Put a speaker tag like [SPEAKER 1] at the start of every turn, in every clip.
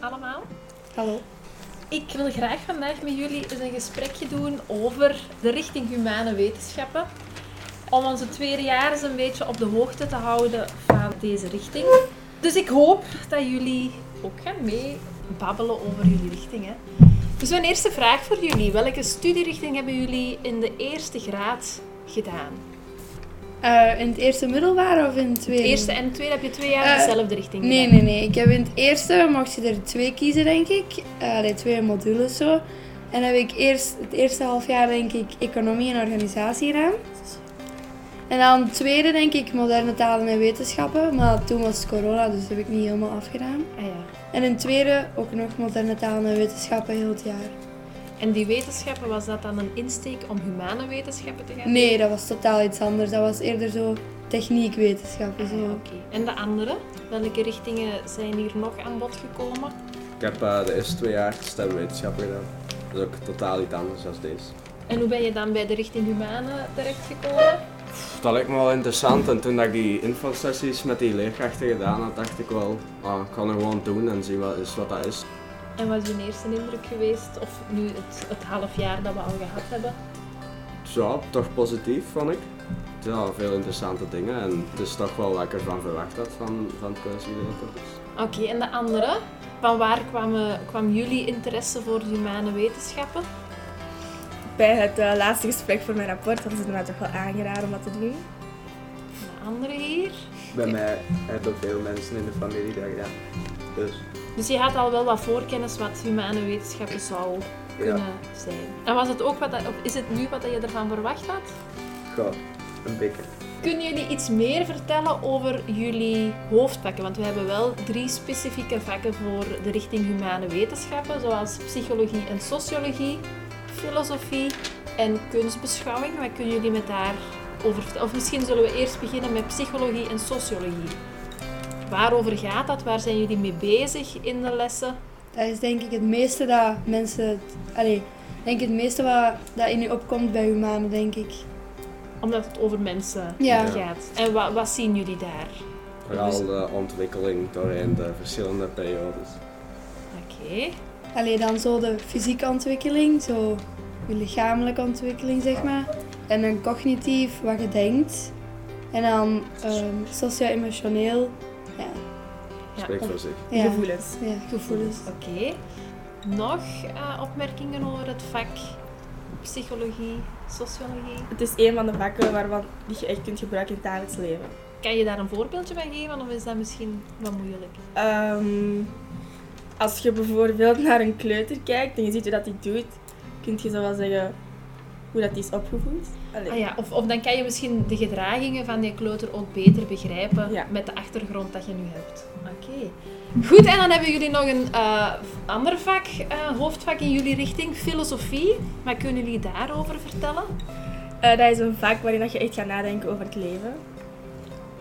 [SPEAKER 1] allemaal.
[SPEAKER 2] Hallo.
[SPEAKER 1] Ik wil graag vandaag met jullie eens een gesprekje doen over de richting humane wetenschappen. Om onze tweedejaars een beetje op de hoogte te houden van deze richting. Dus ik hoop dat jullie ook gaan meebabbelen over jullie richting. Hè. Dus mijn eerste vraag voor jullie. Welke studierichting hebben jullie in de eerste graad gedaan?
[SPEAKER 2] Eh, in het eerste middelbaar of in het tweede?
[SPEAKER 1] Eerste en tweede heb je twee jaar
[SPEAKER 2] Eh,
[SPEAKER 1] dezelfde richting
[SPEAKER 2] Nee,
[SPEAKER 1] gedaan.
[SPEAKER 2] nee, nee. Ik heb in het eerste mocht je er twee kiezen, denk ik. Eh, Allee, twee modules zo. En heb ik eerst het eerste half jaar, denk ik, economie en organisatie gedaan. En dan het tweede, denk ik, moderne talen en wetenschappen. Maar toen was het corona, dus heb ik niet helemaal afgedaan.
[SPEAKER 1] Ah, ja.
[SPEAKER 2] En in het tweede ook nog moderne talen en wetenschappen heel het jaar.
[SPEAKER 1] En die wetenschappen, was dat dan een insteek om humane wetenschappen te gaan doen?
[SPEAKER 2] Nee, dat was totaal iets anders. Dat was eerder zo techniekwetenschappen.
[SPEAKER 1] Ah, ja,
[SPEAKER 2] Zo.
[SPEAKER 1] oké. En de andere? Welke richtingen zijn hier nog aan bod gekomen?
[SPEAKER 3] Ik heb eh, de eerste twee jaar stemwetenschappen gedaan. Dat is ook totaal iets anders dan deze.
[SPEAKER 1] En hoe ben je dan bij de richting humane terechtgekomen?
[SPEAKER 3] Pff, Dat lijkt me wel interessant en toen dat ik die infosessies met die leerkrachten gedaan had, dacht ik wel, ah, ik kan er gewoon doen en zien wat, is, wat dat is.
[SPEAKER 1] En wat is je eerste indruk geweest? Of nu het, het half jaar dat we al gehad hebben?
[SPEAKER 3] Dus ja, toch positief vond ik. Ja, veel interessante dingen en het is toch wel wat ik ervan verwacht had van, van het kunstgedeelte. Dus.
[SPEAKER 1] Oké, en de andere? Van waar kwamen, kwam jullie interesse voor de humane wetenschappen?
[SPEAKER 4] Bij het eh, laatste gesprek voor mijn rapport hadden ze me toch wel aangeraden om dat te doen.
[SPEAKER 1] En de andere hier?
[SPEAKER 5] Bij mij hebben veel mensen in de familie dat gedaan. Dus
[SPEAKER 1] Dus je had al wel wat voorkennis wat humane wetenschappen zou kunnen zijn. En was het ook wat dat, of is het nu wat dat je ervan verwacht had?
[SPEAKER 5] ga een beetje.
[SPEAKER 1] Kunnen jullie iets meer vertellen over jullie hoofdvakken? Want we hebben wel drie specifieke vakken voor de richting humane wetenschappen, zoals psychologie en sociologie, filosofie en kunstbeschouwing. Wat kunnen jullie met daarover vertellen? Of misschien zullen we eerst beginnen met psychologie en sociologie. Waarover gaat dat? Waar zijn jullie mee bezig in de lessen?
[SPEAKER 2] Dat is denk ik het meeste dat mensen... Het, allee, denk ik het meeste wat dat in u opkomt bij humanen, denk ik.
[SPEAKER 1] Omdat het over mensen
[SPEAKER 2] Ja.
[SPEAKER 3] Ja.
[SPEAKER 1] gaat. En wat, wat zien jullie daar?
[SPEAKER 3] Vooral de ontwikkeling doorheen de verschillende periodes.
[SPEAKER 1] Oké.
[SPEAKER 2] Allee, dan zo de fysieke ontwikkeling, zo je lichamelijke ontwikkeling, zeg maar. En dan cognitief, wat je denkt. En dan ehm, socio-emotioneel. Ja.
[SPEAKER 3] Spreekt voor zich.
[SPEAKER 2] Ja.
[SPEAKER 4] Gevoelens.
[SPEAKER 2] Ja, gevoelens.
[SPEAKER 1] Oké. Nog eh, opmerkingen over het vak psychologie, sociologie?
[SPEAKER 4] Het is een van de vakken waarvan die je echt kunt gebruiken in het dagelijks leven.
[SPEAKER 1] Kan je daar een voorbeeldje van geven of is dat misschien wat moeilijk?
[SPEAKER 4] Ehm, als je bijvoorbeeld naar een kleuter kijkt en je ziet hoe dat die doet, kun je zo wel zeggen hoe dat die is opgevoed. Allee.
[SPEAKER 1] Ah ja, of, of dan kan je misschien de gedragingen van die kleuter ook beter begrijpen
[SPEAKER 4] Ja.
[SPEAKER 1] met de achtergrond dat je nu hebt. Oké. Goed, en dan hebben jullie nog een eh, ander vak, eh, hoofdvak in jullie richting, filosofie. Wat kunnen jullie daarover vertellen?
[SPEAKER 4] Eh, dat is een vak waarin dat je echt gaat nadenken over het leven.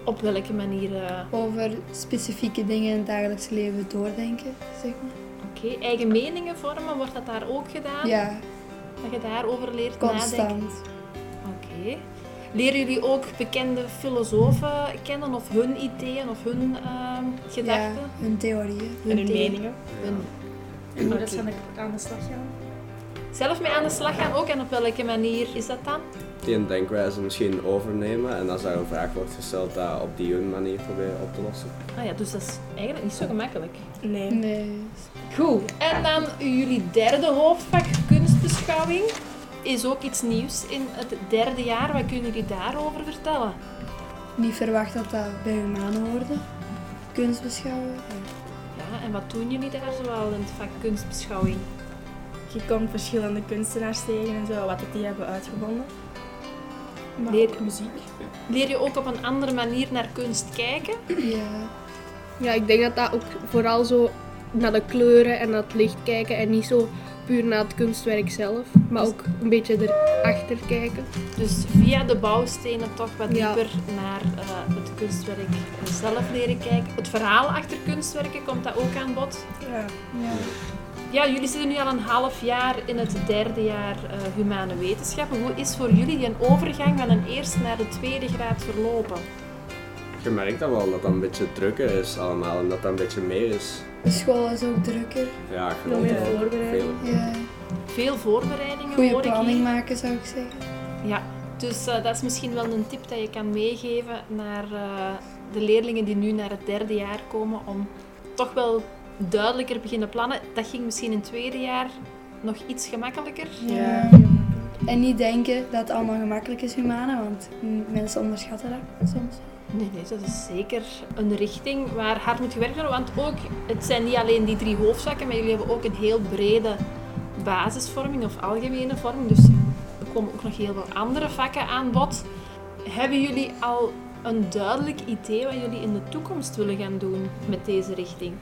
[SPEAKER 1] Op welke manier? eh,
[SPEAKER 2] Over specifieke dingen in het dagelijks leven doordenken, zeg maar.
[SPEAKER 1] Oké, eigen meningen vormen, wordt dat daar ook gedaan?
[SPEAKER 2] Ja,
[SPEAKER 1] Dat je daarover leert nadenken.
[SPEAKER 2] constant.
[SPEAKER 1] Oké. Leren jullie ook bekende filosofen kennen of hun ideeën of hun ehm,
[SPEAKER 2] Ja,
[SPEAKER 1] gedachten?
[SPEAKER 2] hun theorieën.
[SPEAKER 4] En hun
[SPEAKER 1] theorie.
[SPEAKER 4] meningen.
[SPEAKER 1] Hun-
[SPEAKER 4] En hoe dat
[SPEAKER 1] Oké.
[SPEAKER 4] ze aan de slag gaan.
[SPEAKER 1] Zelf mee aan de slag gaan ook en op welke manier is dat dan?
[SPEAKER 3] Die een denkwijze misschien overnemen en als daar een vraag wordt gesteld, dat op die hun manier proberen op te lossen.
[SPEAKER 1] Ah ja, dus dat is eigenlijk niet zo gemakkelijk.
[SPEAKER 4] Nee.
[SPEAKER 2] Nee.
[SPEAKER 1] Goed. En dan jullie derde hoofdvak, kunstbeschouwing, is ook iets nieuws in het derde jaar. Wat kunnen jullie daarover vertellen?
[SPEAKER 2] Niet verwacht dat dat bij humanen hoorde. Kunst beschouwen.
[SPEAKER 1] Ja, en wat doen jullie daar zoal in het vak kunstbeschouwing?
[SPEAKER 4] Je komt verschillende kunstenaars tegen en zo, wat dat die hebben uitgevonden. Maar
[SPEAKER 1] Leer-
[SPEAKER 4] ook muziek.
[SPEAKER 1] Leer je ook op een andere manier naar kunst kijken?
[SPEAKER 2] Ja.
[SPEAKER 6] Ja, ik denk dat dat ook vooral zo naar de kleuren en naar het licht kijken en niet zo puur naar het kunstwerk zelf, maar ook een beetje erachter kijken.
[SPEAKER 1] Dus via de bouwstenen toch wat
[SPEAKER 6] Ja.
[SPEAKER 1] dieper naar eh, het kunstwerk zelf leren kijken. Het verhaal achter kunstwerken komt dat ook aan bod.
[SPEAKER 4] Ja.
[SPEAKER 2] ja.
[SPEAKER 1] Ja, jullie zitten nu al een half jaar in het derde jaar eh, humane wetenschappen. Hoe is voor jullie die overgang van een eerste naar de tweede graad verlopen?
[SPEAKER 3] Je merkt dat wel, dat dat een beetje drukker is allemaal en dat dat een beetje meer is.
[SPEAKER 2] School is ook drukker.
[SPEAKER 3] Ja, ik
[SPEAKER 4] Nog
[SPEAKER 3] geloof
[SPEAKER 4] meer
[SPEAKER 3] dat wel.
[SPEAKER 4] voorbereid.
[SPEAKER 3] Veel.
[SPEAKER 2] Ja.
[SPEAKER 1] Veel voorbereidingen
[SPEAKER 2] Goede
[SPEAKER 1] hoor ik
[SPEAKER 2] planning
[SPEAKER 1] hier.
[SPEAKER 2] maken zou ik zeggen.
[SPEAKER 1] Ja, dus eh, dat is misschien wel een tip dat je kan meegeven naar eh, de leerlingen die nu naar het derde jaar komen, om toch wel duidelijker beginnen plannen. Dat ging misschien in het tweede jaar nog iets gemakkelijker.
[SPEAKER 4] Ja.
[SPEAKER 2] En niet denken dat het allemaal gemakkelijk is, humane, want m- mensen onderschatten dat soms.
[SPEAKER 1] Nee, nee, dat is zeker een richting waar hard moet gewerkt worden. Want ook, het zijn niet alleen die drie hoofdzakken, maar jullie hebben ook een heel brede basisvorming of algemene vorming. Dus er komen ook nog heel veel andere vakken aan bod. Hebben jullie al een duidelijk idee wat jullie in de toekomst willen gaan doen met deze richting?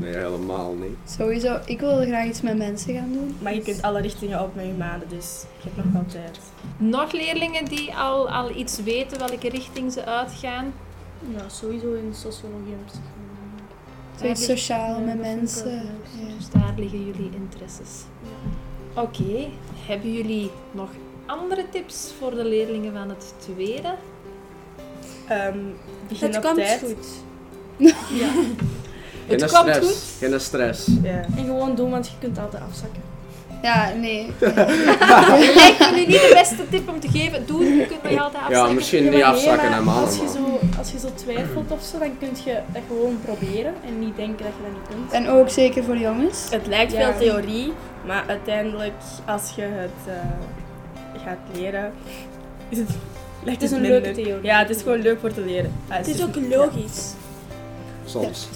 [SPEAKER 3] Nee, helemaal niet.
[SPEAKER 2] Sowieso, ik wil graag iets met mensen gaan doen.
[SPEAKER 4] Maar je kunt alle richtingen op met je maanden, dus je hebt nog wel tijd.
[SPEAKER 1] Nog leerlingen die al, al iets weten welke richting ze uitgaan?
[SPEAKER 7] Ja, sowieso in sociologie en psychologie.
[SPEAKER 2] Zoiets
[SPEAKER 6] dus-
[SPEAKER 1] Daar
[SPEAKER 2] sociaal
[SPEAKER 7] ja,
[SPEAKER 2] met
[SPEAKER 7] dat vind ik
[SPEAKER 2] mensen.
[SPEAKER 7] wel
[SPEAKER 2] Ja.
[SPEAKER 1] Dus daar liggen jullie interesses. Oké, hebben jullie nog andere tips voor de leerlingen van het tweede?
[SPEAKER 4] Ehm begin
[SPEAKER 7] Het
[SPEAKER 4] op
[SPEAKER 7] komt
[SPEAKER 4] tijd.
[SPEAKER 7] goed.
[SPEAKER 3] Geen
[SPEAKER 1] het komt
[SPEAKER 3] stress.
[SPEAKER 1] goed.
[SPEAKER 3] Geen stress.
[SPEAKER 4] Ja.
[SPEAKER 7] En gewoon doen, want je kunt altijd afzakken.
[SPEAKER 2] Ja, nee.
[SPEAKER 1] Het lijkt me nu niet de beste tip om te geven. Doe, je kunt nog altijd
[SPEAKER 3] Ja,
[SPEAKER 1] afzakken.
[SPEAKER 3] misschien
[SPEAKER 7] Ja,
[SPEAKER 3] niet
[SPEAKER 7] maar nee,
[SPEAKER 3] afzakken
[SPEAKER 7] maar
[SPEAKER 3] helemaal.
[SPEAKER 7] eh, als je,
[SPEAKER 3] maar-
[SPEAKER 7] zo, als je zo twijfelt of zo, dan kun je dat gewoon proberen en niet denken dat je dat niet kunt.
[SPEAKER 2] En ook zeker voor jongens.
[SPEAKER 4] Het lijkt
[SPEAKER 7] Ja.
[SPEAKER 4] veel theorie, maar uiteindelijk als je het eh, gaat leren, is het, lijkt
[SPEAKER 7] Het is een
[SPEAKER 4] minder.
[SPEAKER 7] leuke theorie.
[SPEAKER 4] Ja, het is gewoon leuk voor te leren. Ah,
[SPEAKER 7] Het is
[SPEAKER 4] dus-
[SPEAKER 7] ook logisch.
[SPEAKER 3] Soms.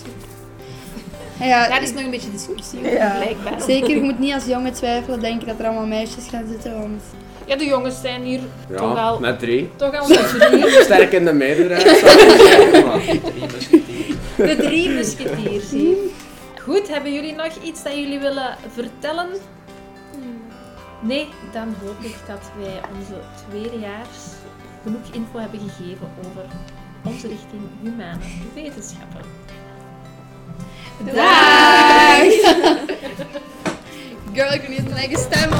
[SPEAKER 1] Daar
[SPEAKER 2] Ja,
[SPEAKER 1] is nog een beetje discussie over,
[SPEAKER 4] Ja.
[SPEAKER 1] blijkbaar.
[SPEAKER 2] zeker, je moet niet als jongen twijfelen denken dat er allemaal meisjes gaan zitten, want
[SPEAKER 1] Ja, de jongens zijn hier toch
[SPEAKER 3] Ja,
[SPEAKER 1] al...
[SPEAKER 3] met drie.
[SPEAKER 1] Toch al met drie.
[SPEAKER 3] Sterk in de meerderheid. zou ik zeggen, maar-
[SPEAKER 1] De drie musketiers hier. Goed, hebben jullie nog iets dat jullie willen vertellen? Nee, dan hoop ik dat wij onze tweedejaars genoeg info hebben gegeven over onze richting humane wetenschappen.
[SPEAKER 2] Dag! Girl, ik ben niet mijn eigen stem